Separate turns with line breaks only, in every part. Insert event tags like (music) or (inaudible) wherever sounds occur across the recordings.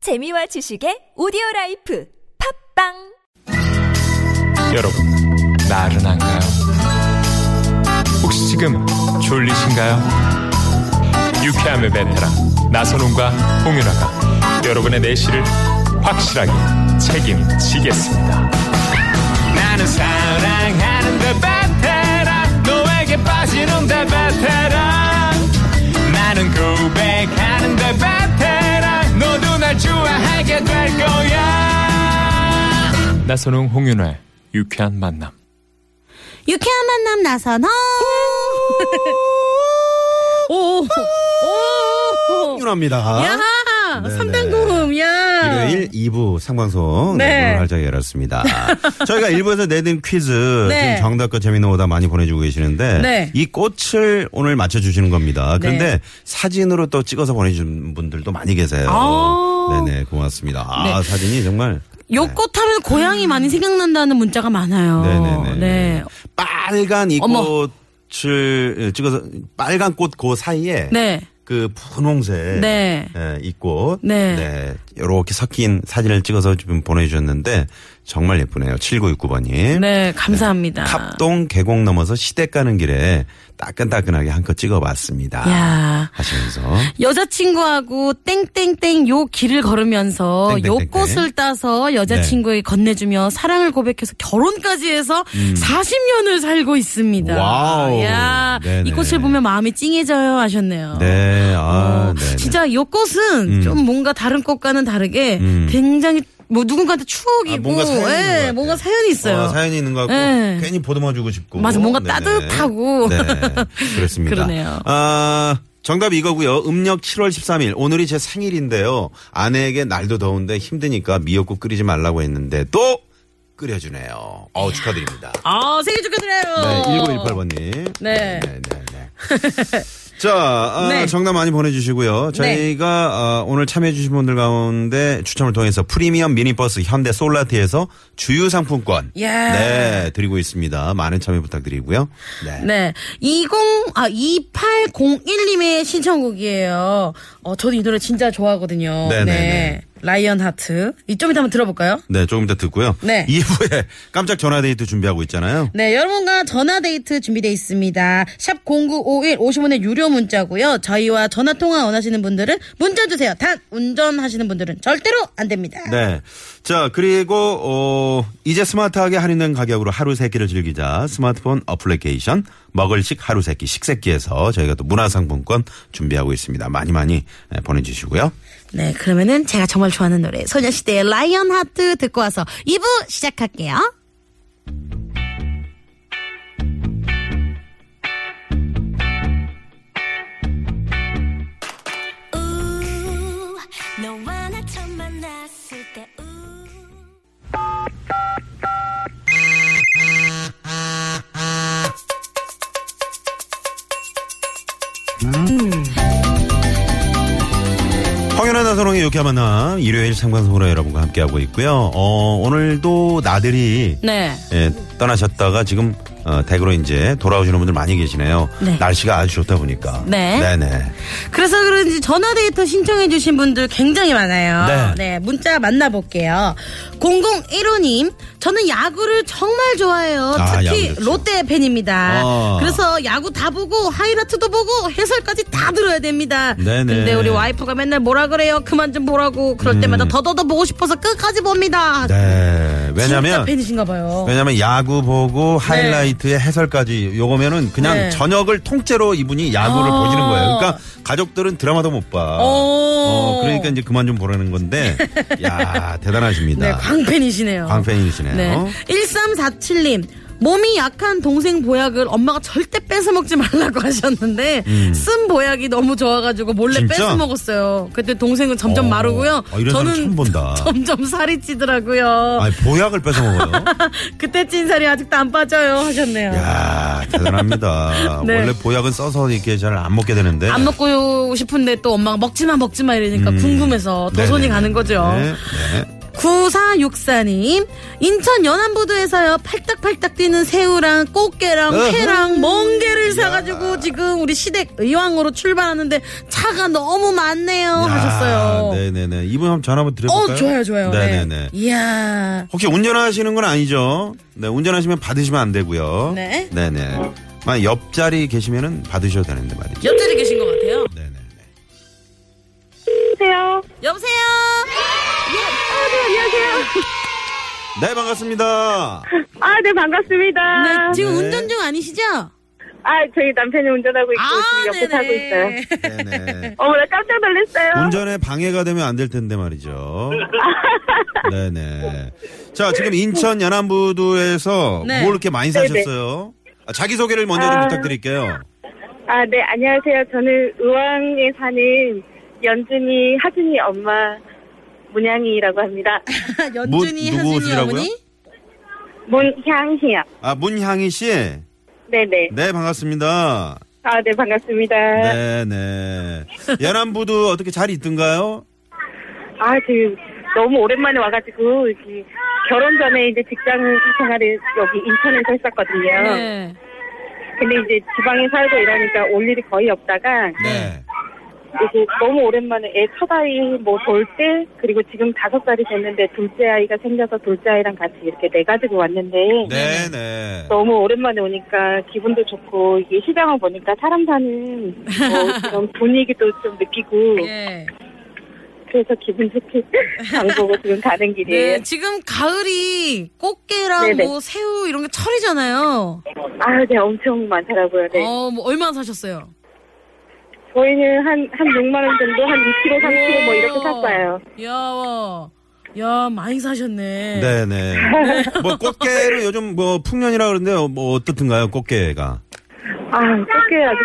재미와 지식의 오디오 라이프 팝빵
여러분, 나른한가요? 혹시 지금 졸리신가요? 유쾌함의 베테랑 나선홍과 홍윤아가 여러분의 내실을 확실하게 책임지겠습니다. 나는 사랑하는데 베테랑 너에게 빠지는데 베테랑 나는 고백하는데 베테랑 너도 날 좋아하게 될 거야. 나선홍 홍윤아의 유쾌한 만남.
유쾌한 만남 나선홍. 오. 오. 오.
윤합니다.
야. 삼단궁음 야.
일요일 2부 상방송
네.
네. 오늘 활짝 열었습니다.
(laughs)
저희가 1부에서 내는 퀴즈
네.
지금 정답과 재미있는 오답 많이 보내주고 계시는데
네.
이 꽃을 오늘 맞춰주시는 겁니다. 그런데
네. 사진으로
또 찍어서 보내주신 분들도 많이 계세요.
아.
네네 고맙습니다. 아 사진이 정말
요꽃 하면 고향이 많이 생각난다는 문자가 많아요.
네네네.
네.
빨간 이
어머.
꽃을 찍어서 빨간 꽃 그 사이에
네.
그 분홍색
네.
예, 있고
네.
네 이렇게 섞인 사진을 찍어서 지금 보내주셨는데 정말 예쁘네요. 7969번님.
네, 감사합니다.
탑동 계곡 넘어서 시댁 가는 길에 따끈따끈하게 한껏 찍어봤습니다.
야.
하시면서
여자친구하고 땡땡땡 요 길을 걸으면서 요
땡땡땡땡.
꽃을 따서 여자친구에게 건네주며 사랑을 고백해서 결혼까지 해서 40년을 살고 있습니다.
음. 와우.
야,
네네.
이 꽃을 보면 마음이 찡해져요 하셨네요.
네, 아,
어,
네. 음.
진짜 요 꽃은 좀 뭔가 다른 꽃과는 다르게 굉장히 뭐 누군가한테 추억이고
아, 뭔가 사연이 있는 것
예,
같아요.
뭔가 사연이 있어요.
어, 사연이 있는 것 같고
네.
괜히 보듬어주고 싶고
맞아, 뭔가
네네.
따뜻하고.
네,
(laughs)
그렇습니다.
그러네요.
아 정답 이거고요. 음력 7월 13일 오늘이 제 생일인데요. 아내에게 날도 더운데 힘드니까 미역국 끓이지 말라고 했는데 또 끓여주네요. 어 축하드립니다.
아, 생일 축하드려요.
네, 1918번님.
어. 네.
네, 네, 네. 자, 아,
네.
정답 많이 보내주시고요. 저희가 아, 오늘 참여해주신 분들 가운데 추첨을 통해서 프리미엄 미니버스 현대 솔라티에서 주유 상품권
예.
네 드리고 있습니다. 많은 참여 부탁드리고요. 네.
네. 20, 아, 2801님의 신청곡이에요. 어, 저도 이 노래 진짜 좋아하거든요.
네네네.
라이언 하트. 이좀 이따 한번 들어볼까요?
네, 조금 (laughs) 이따 듣고요.
네.
2부에 깜짝 전화 데이트 준비하고 있잖아요.
네, 여러분과 전화 데이트 준비되어 있습니다. 샵 0951 50원의 유료 문자고요. 저희와 전화 통화 원하시는 분들은 문자 주세요. 단 운전하시는 분들은 절대로 안 됩니다.
네. 자, 그리고, 어, 이제 스마트하게 할인된 가격으로 하루 세끼를 즐기자. 스마트폰 어플리케이션, 먹을식 하루 세끼 식세끼에서 저희가 또 문화상품권 준비하고 있습니다. 많이 많이 예, 보내주시고요.
네, 그러면은 제가 정말 좋아하는 노래 소녀시대의 라이언 하트 듣고 와서 2부 시작할게요.
우, 너와 나 처음 만났을 때 우.
황연아 나선홍의 이렇게 만나 일요일 상관송으로 여러분과 함께하고 있고요. 어, 오늘도 나들이
네.
예, 떠나셨다가 지금 어, 댁으로 이제 돌아오시는 분들 많이 계시네요.
네.
날씨가 아주 좋다 보니까.
네.
네네.
그래서 그런지 전화데이터 신청해주신 분들 굉장히 많아요.
네.
문자 만나볼게요. 0015님, 저는 야구를 정말 좋아해요.
아,
특히
야구 좋죠.
롯데 팬입니다.
아.
그래서 야구 다 보고 하이라트도 보고 해설까지 다 들어야 됩니다.
네네. 음.
근데 우리 와이프가 맨날 뭐라 그래요? 그만 좀 보라고. 그럴 때마다 더더더 보고 싶어서 끝까지 봅니다.
네.
진짜
왜냐면
팬이신가 봐요.
왜냐면 야구 보고 하이라이트의 해설까지 요거면은 그냥
네.
저녁을 통째로 이분이 야구를
아.
보시는 거예요. 그러니까 가족들은 드라마도 못 봐.
오.
어, 그러니까 이제 그만 좀 보라는
(laughs)
건데. 야, 대단하십니다.
네, 광팬이시네요.
아. 광팬이시네요.
네. 1347님. 몸이 약한 동생 보약을 엄마가 절대 뺏어 먹지 말라고 하셨는데 쓴 보약이 너무 좋아가지고 몰래
음. 진짜?
뺏어 먹었어요. 그때 동생은 점점
어.
마르고요.
아, 이런 사람 처음 본다.
(laughs) 점점 살이 찌더라고요.
아니, 보약을
(laughs)
뺏어 먹어요.
그때 찐 살이 아직도 안 빠져요 하셨네요.
야, 대단합니다.
네.
원래 보약은 써서 이렇게 잘 안 먹게 되는데.
안 먹고 싶은데 또 엄마가 먹지마 먹지마 이러니까 궁금해서 더 손이
음. 네네네.
가는 거죠.
네. 네.
9464님, 인천 연안부두에서요, 팔딱팔딱 뛰는 새우랑 꽃게랑
어허.
회랑 멍게를 사가지고 지금 우리 시댁 의왕으로 출발하는데 차가 너무 많네요. 하셨어요.
네네네. 이분 한번 전화 한번 드려볼까요?
어, 좋아요, 좋아요. 네.
네네네.
이야.
혹시 운전하시는 건 아니죠? 네, 운전하시면 받으시면 안 되고요.
네.
네네. 만약 옆자리 계시면은 받으셔도 되는데 말이죠.
옆자리 계신 것 같아요.
네네네.
여보세요?
네, 반갑습니다.
아, 네, 반갑습니다.
네, 지금
네.
운전 중 아니시죠? 아,
아, 저희 남편이 운전하고 있고, 지금 옆에 타고 있어요. (laughs)
네네.
어머, 나 깜짝 놀랐어요.
운전에 방해가 되면 안 될 텐데 말이죠. 네네. 자, 지금 인천 연안부두에서
네.
뭘 이렇게 많이
네네.
사셨어요? 아, 자기소개를 먼저 좀
아.
부탁드릴게요.
아, 네, 안녕하세요. 저는 의왕에 사는 연준이, 하준이 엄마, 문양이라고 합니다.
(laughs) 연준이,
뭐, 누구
하준이
옷이라고요?
어머니?
문향이요.
아, 문향희 씨.
네네.
네, 반갑습니다.
아, 네, 반갑습니다.
네네. 연안부두 어떻게 잘 있던가요?
아, 지금 너무 오랜만에 와가지고, 이렇게 결혼 전에 이제 직장 생활을 여기 인천에서 했었거든요.
네.
근데 이제 지방에 살고 이러니까 올 일이 거의 없다가,
네.
그리고 너무 오랜만에 애 첫 아이 뭐 돌때 그리고 지금 다섯 살이 됐는데 둘째 아이가 생겨서 둘째 아이랑 같이 이렇게 내 가지고 왔는데
네네.
너무 오랜만에 오니까 기분도 좋고 이게 시장을 보니까 사람 사는 뭐
(laughs)
그런 분위기도 좀 느끼고
네.
그래서
(laughs)
기분 좋게 장 보고 지금 가는 길이에요.
네, 지금 가을이 꽃게랑
네네.
뭐 새우 이런 게 철이잖아요.
아, 네, 엄청 많더라고요. 네.
어, 뭐 얼마나 사셨어요?
저희는 한, 한 6만 원 정도, 한 2kg, 3kg 뭐 이렇게 샀어요.
야, 야 많이 사셨네.
네네. 뭐 꽃게를 요즘 뭐 풍년이라 그러는데 뭐 어떻든가요 꽃게가?
아, 꽃게 아주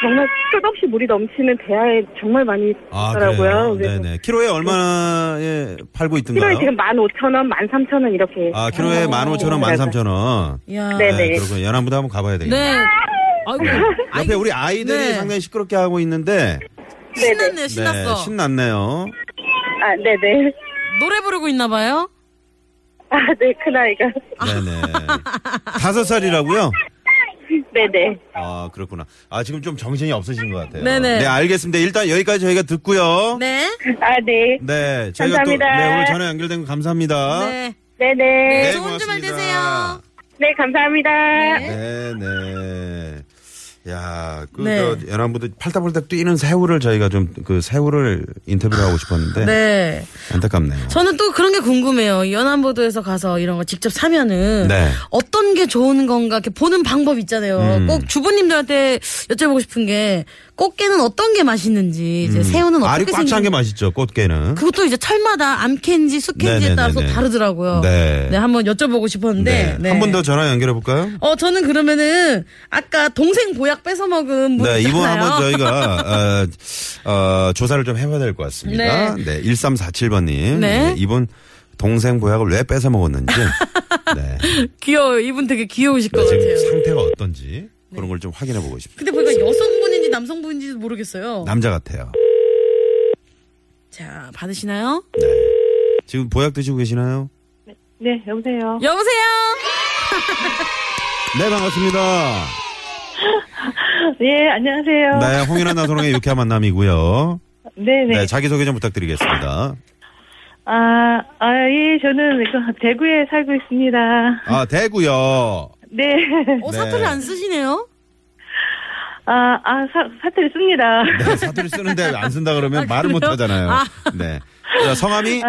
정말 끝없이 물이 넘치는 대하에 정말 많이
아, 그래요?
있더라고요. 그래서
네네. 키로에 얼마에 팔고 있던가요?
키로에 지금 15,000원, 13,000원 이렇게.
아 키로에
어.
15,000원, 13,000원.
야.
네.
네, 그렇군요. 연안부도 한번 가봐야 되겠네요.
네. 아이고.
옆에 우리 아이들이
네.
상당히 시끄럽게 하고 있는데
신났네요, 신났어.
네, 신났네요.
아, 네네.
노래 부르고 있나 봐요?
아, 네, 큰아이가.
네네. 다섯 살이라고요?
네네.
아 그렇구나. 아 지금 좀 정신이 없으신 것 같아요.
네네.
네 알겠습니다. 일단 여기까지 저희가 듣고요.
네.
아, 네.
네, 저희가 또
감사합니다.
네, 오늘 전화 연결된 거 감사합니다.
네.
네네.
네,
좋은 주말
고맙습니다.
되세요.
네, 감사합니다.
네, 네. 야, 그,
네.
저, 연안부도 팔딱팔딱 뛰는 새우를 저희가 좀, 그, 새우를 인터뷰를 하고 싶었는데.
네.
안타깝네요.
저는 또 그런 게 궁금해요. 연안보도에서 가서 이런 거 직접 사면은
네.
어떤 게 좋은 건가 이렇게 보는 방법 있잖아요.
음.
꼭 주부님들한테 여쭤보고 싶은 게 꽃게는 어떤 게 맛있는지 이제 새우는
음. 알이
어떻게
꽉 찬 게
생긴
맛있죠, 꽃게는.
그것도 이제 철마다 암캔지 숙캔지에
네네네네.
따라서 다르더라고요.
네.
한번 여쭤보고 싶었는데
한 번 더 전화 연결해볼까요?
네, 어 저는 그러면은 아까 동생 보약 뺏어 먹은 분
네, 이번
있잖아요.
한번 저희가,
(laughs)
어, 어, 조사를 좀 해봐야 될 것 같습니다. 네. 1347번님. 예,
네.
이분 동생 보약을 왜
(laughs)
뺏어 먹었는지. 네.
귀여워요. 이분 되게 귀여우실 것
지금
같아요.
상태가 어떤지. 그런 걸 좀 확인해 보고 싶습니다.
근데 보니까 여성분인지 남성분인지 도 모르겠어요.
남자 같아요.
자 받으시나요?
네. 지금 보약 드시고 계시나요?
네, 여보세요.
여보세요.
네, 반갑습니다.
예, 안녕하세요.
네, 홍윤아 나선홍의 유쾌한 만남이고요.
네네.
네, 자기소개 좀 부탁드리겠습니다.
아, 아, 예, 저는 그 대구에 살고 있습니다.
아, 대구요.
네.
어
네.
사투리 안 쓰시네요?
아, 아, 사, 사투리 씁니다.
네, 사투리 쓰는데 안 쓴다 그러면 말을 못
그래요?
하잖아요.
아.
네. 자, 성함이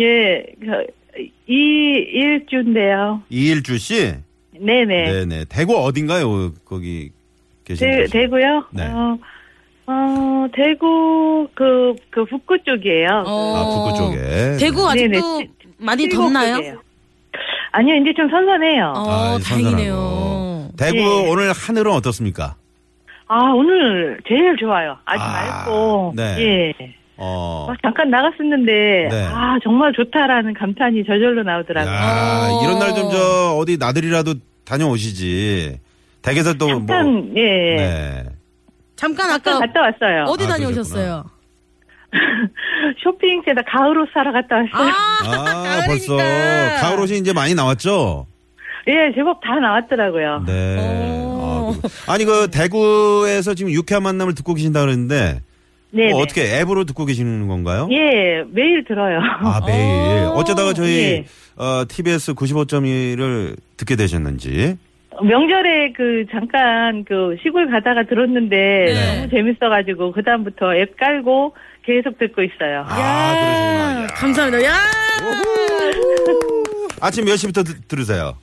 예, 그, 이일주인데요.
이일주 씨.
네네.
네, 네. 대구 어딘가요? 거기 계신
대,
곳이.
대구요?
네.
어, 어, 대구, 그, 그 북구 쪽이에요.
아, 북구 쪽에.
대구 아직도
네네.
많이
칠곡
어, 덥나요?
쪽이에요. 아니요, 이제 좀 선선해요.
어
아,
다행이네요.
선선하고. 대구
예.
오늘 하늘은 어떻습니까?
아, 오늘 제일 좋아요. 아주
아,
맑고.
네.
예.
어.
막 잠깐 나갔었는데,
네.
아, 정말 좋다라는 감탄이 저절로 나오더라고요.
야,
어.
이런 날 좀 저 어디 나들이라도 다녀오시지. 댁에서 또
잠깐,
뭐
예.
네.
(laughs) 잠깐 아까
잠깐 갔다 왔어요.
어디
아,
다녀오셨어요?
쇼핑센터 가을옷 사러 갔다 왔어요.
아,
아,
가을이니까.
벌써 가을 옷이 이제 많이 나왔죠?
(laughs) 예, 제법 다 나왔더라고요.
네. 아,
오.
그리고- 아니 그 대구에서 지금 유쾌한 만남을 듣고 계신다 그러는데
네.
뭐 어떻게 앱으로 듣고 계시는 건가요?
예, 매일 들어요.
아 매일 어쩌다가 저희
예.
어, TBS 95.1을 듣게 되셨는지
(laughs) 명절에 그 잠깐 그 시골 가다가 들었는데
네.
너무 재밌어가지고 그 다음부터 앱 깔고 계속 듣고 있어요.
아, 그러시구나. 야.
감사합니다. 야!
아침 몇 시부터 드- 들으세요?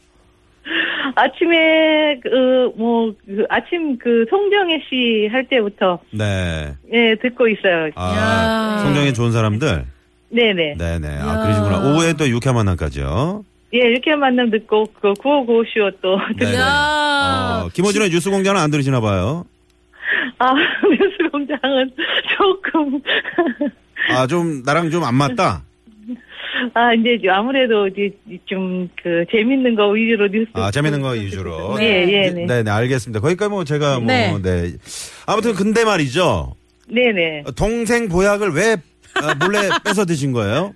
아침에 그뭐 그 아침 그 송정혜 씨 할 때부터
네.
예 듣고 있어요.
아,
야.
성장이 좋은 사람들.
네네.
네네. 아,
야.
그러시구나. 오후에 또 유쾌한 만남까지요.
예 이렇게 만남 듣고 그 구호구호쇼 또 (laughs) 듣-
네네.
야!
어, 김호준의 뉴스 공장은 안 들으시나 봐요.
아 (laughs) 뉴스공장은 조금
아, 좀, 나랑 좀 안 맞다.
아 이제 아무래도 이제 좀 그 재밌는 거 위주로 뉴스
아, 재밌는 거 위주로.
예, 예, (laughs) 네.
네, 네, 알겠습니다. 거기까지 뭐 제가 뭐, 네.
네.
아무튼 근데 말이죠.
네네.
동생 보약을 왜 아, 몰래 뺏어 드신 거예요?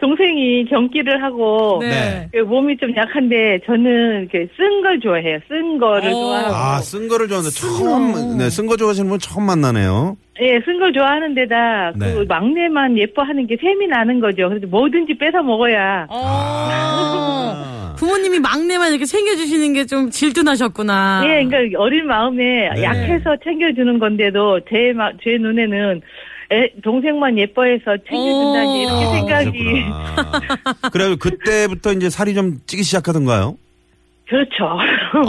동생이 경기를 하고
네.
그 몸이 좀 약한데 저는 이렇게 쓴 걸 좋아해요. 쓴 거를
어.
좋아하고
아, 쓴 거를 좋아하는데 처음, 네, 쓴 거 좋아하시는 분 처음 만나네요.
예, 쓴 걸 좋아하는데다
네.
그 막내만 예뻐하는 게 셈이 나는 거죠. 그래서 뭐든지 뺏어 먹어야
어. (laughs)
아.
부모님이 막내만 이렇게 챙겨주시는 게 좀 질투나셨구나.
예, 그러니까 어린 마음에
네.
약해서 챙겨주는 건데도 제, 마, 제 눈에는 애, 동생만 예뻐해서 챙겨준다니
어.
이렇게
아,
그 생각이
그러셨구나. 그래요. 그때부터 이제 살이 좀 찌기 시작하던가요?
그렇죠.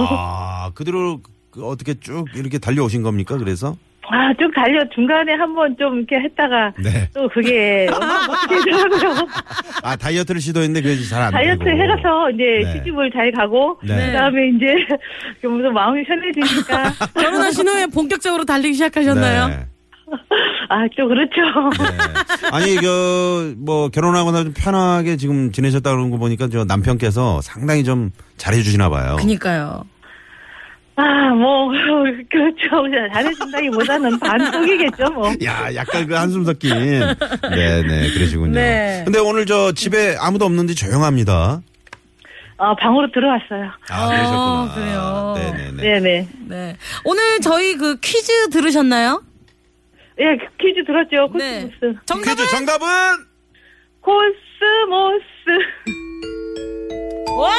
아, 그대로 그 어떻게 쭉 이렇게 달려오신 겁니까? 그래서?
아, 좀 달려 중간에 한번 좀 이렇게 했다가
네.
또 그게 어마어마하더라고요.
(laughs) 아, 다이어트를 시도했는데 그래서 잘 안 되고.
다이어트 해가서 이제
네.
시집을 잘 가고
네.
그다음에 이제 (laughs) 무슨 마음이 편해지니까
(laughs)
결혼하신 후에 본격적으로 달리기 시작하셨나요?
네.
아 또 그렇죠.
네. 아니 그뭐 결혼하거나 좀 편하게 지금 지내셨다는 거 보니까 저 남편께서 상당히 좀 잘해주시나 봐요.
그니까요.
아 뭐 (laughs) 그렇죠. 잘해준다기보다는 반복이겠죠 뭐.
야, 약간 그 한숨 섞인. 네네, 그러시군요.
네.
근데 오늘 저 집에 아무도 없는지 조용합니다.
아 방으로 들어왔어요.
아, 그러셨구나.
아, 그래요.
네네네.
네네.
네. 오늘 저희 그 퀴즈 들으셨나요?
예 퀴즈 들었죠.
네.
코스모스.
정답은
퀴즈 정답은
코스모스.
와!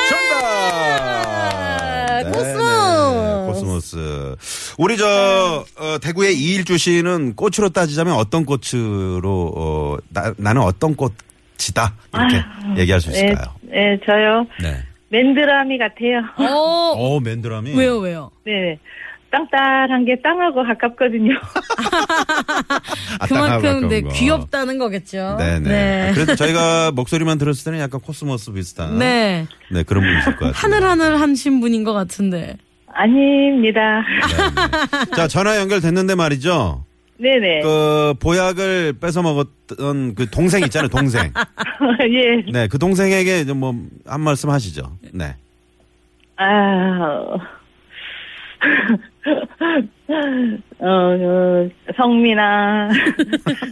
정답! 네, 네,
코스모스.
코스모스. 우리 저, 어, 대구의 이일주 씨는 꽃으로 따지자면 어떤 꽃으로, 어, 나, 나는 어떤 꽃이다. 이렇게
아,
얘기할
네.
수
예,
있을까요?
예 저요
네.
맨드라미 같아요.
어,
어, 맨드라미.
왜요, 왜요?
네. 땅딸한 게 땅하고 가깝거든요. (laughs)
아,
그만큼
땅하고 가까운
네,
거.
귀엽다는 거겠죠.
네네. 아,
네.
그래도 저희가 목소리만 들었을 때는 약간 코스모스 비슷한.
네.
네, 그런 분이실 것 같아요.
하늘하늘 하신 분인 것 같은데.
아닙니다.
자, 전화 연결됐는데 말이죠.
네네.
그, 보약을 뺏어 먹었던 그 동생 있잖아요,
(laughs)
동생.
예.
네, 그 동생에게 좀 뭐, 한 말씀 하시죠. 네.
아, (laughs) 어, 어, 성민아,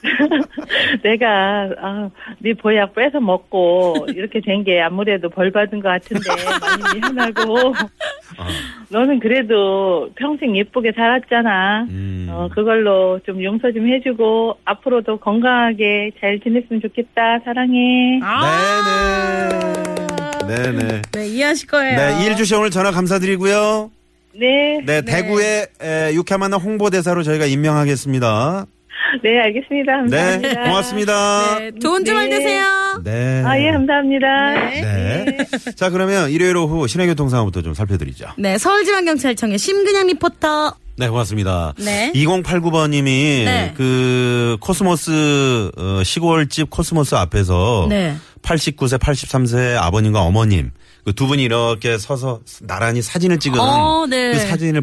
(laughs) 내가 아, 네 보약 뺏어 먹고 이렇게 된 게 아무래도 벌 받은 것 같은데
(laughs)
많이 미안하고,
어.
너는 그래도 평생 예쁘게 살았잖아.
음.
어, 그걸로 좀 용서 좀 해주고 앞으로도 건강하게 잘 지냈으면 좋겠다. 사랑해.
아.
아.
네네. 네네.
네, 이해하실 거예요.
네, 이일주 씨 오늘 전화 감사드리고요.
네, 네,
네, 대구의 에, 유쾌한 만남 홍보대사로 저희가 임명하겠습니다.
알겠습니다.
네,
감사합니다.
고맙습니다.
네, 좋은 주말
네.
되세요.
네.
아, 예, 감사합니다.
네. 자, 그러면 일요일 오후 시내 교통 상황부터 좀 살펴드리죠.
네, 서울지방경찰청의 심근양 리포터.
네, 고맙습니다.
네.
2089번님이
네.
그 코스모스 어, 시골집 코스모스 앞에서
네.
89세, 83세 아버님과 어머님 그 두 분이 이렇게 서서 나란히 사진을 찍은
어, 네.
그 사진을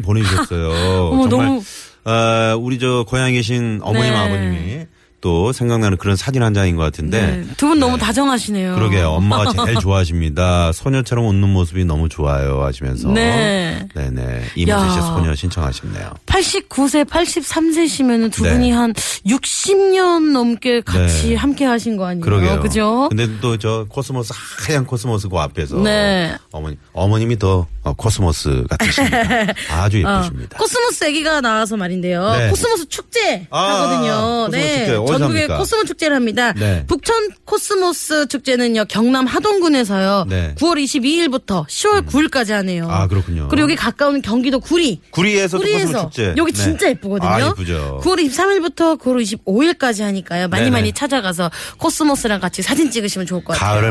(laughs)
보내주셨어요.
어머,
정말
너무-
어, 우리 저 고향에 계신 어머님
네.
아버님이 또 생각나는 그런 사진 한 장인 것 같은데
두 분 너무 다정하시네요.
그러게요. 엄마가
(laughs)
제일 좋아하십니다. 소녀처럼 웃는 모습이 너무 좋아요 하시면서.
네.
네네. 이문세 씨의
야.
소녀 신청하셨네요.
89세, 83세시면은 두
네.
분이 한 60년 넘게 같이
네.
함께 하신 거 아니에요?
그러게요.
그죠?
근데 또 저 코스모스 하얀 코스모스 그 앞에서
네.
어머니 어머님이 더 어, 코스모스
(laughs)
같으십니다. 아주
어,
예쁘십니다.
네. 코스모스 애기가 나와서 말인데요.
네.
코스모스 축제
아,
하거든요.
코스모스
네.
축제 어디서
전국에
합니까?
코스모 축제를 합니다.
네.
북천 코스모스 축제는요. 경남 하동군에서요.
네. 음.
9월 22일부터 10월 9일까지 하네요.
아, 그렇군요.
그리고 여기 가까운 경기도 구리.
구리에서 또 코스모
구리에서
축제.
여기
네.
진짜 예쁘거든요.
아, 예쁘죠.
9월 23일부터 9월 25일까지 하니까요. 많이
네네.
많이 찾아가서 코스모스랑 같이 사진 찍으시면 좋을 것 같아요.
가을을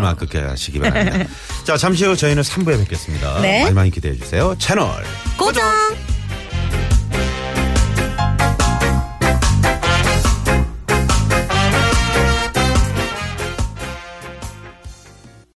(laughs)
만끽하시기 바랍니다. 자, 잠시 후 저희는 3부에 뵙겠습니다.
네.
많이 많이 기대해 주세요. 채널
고정.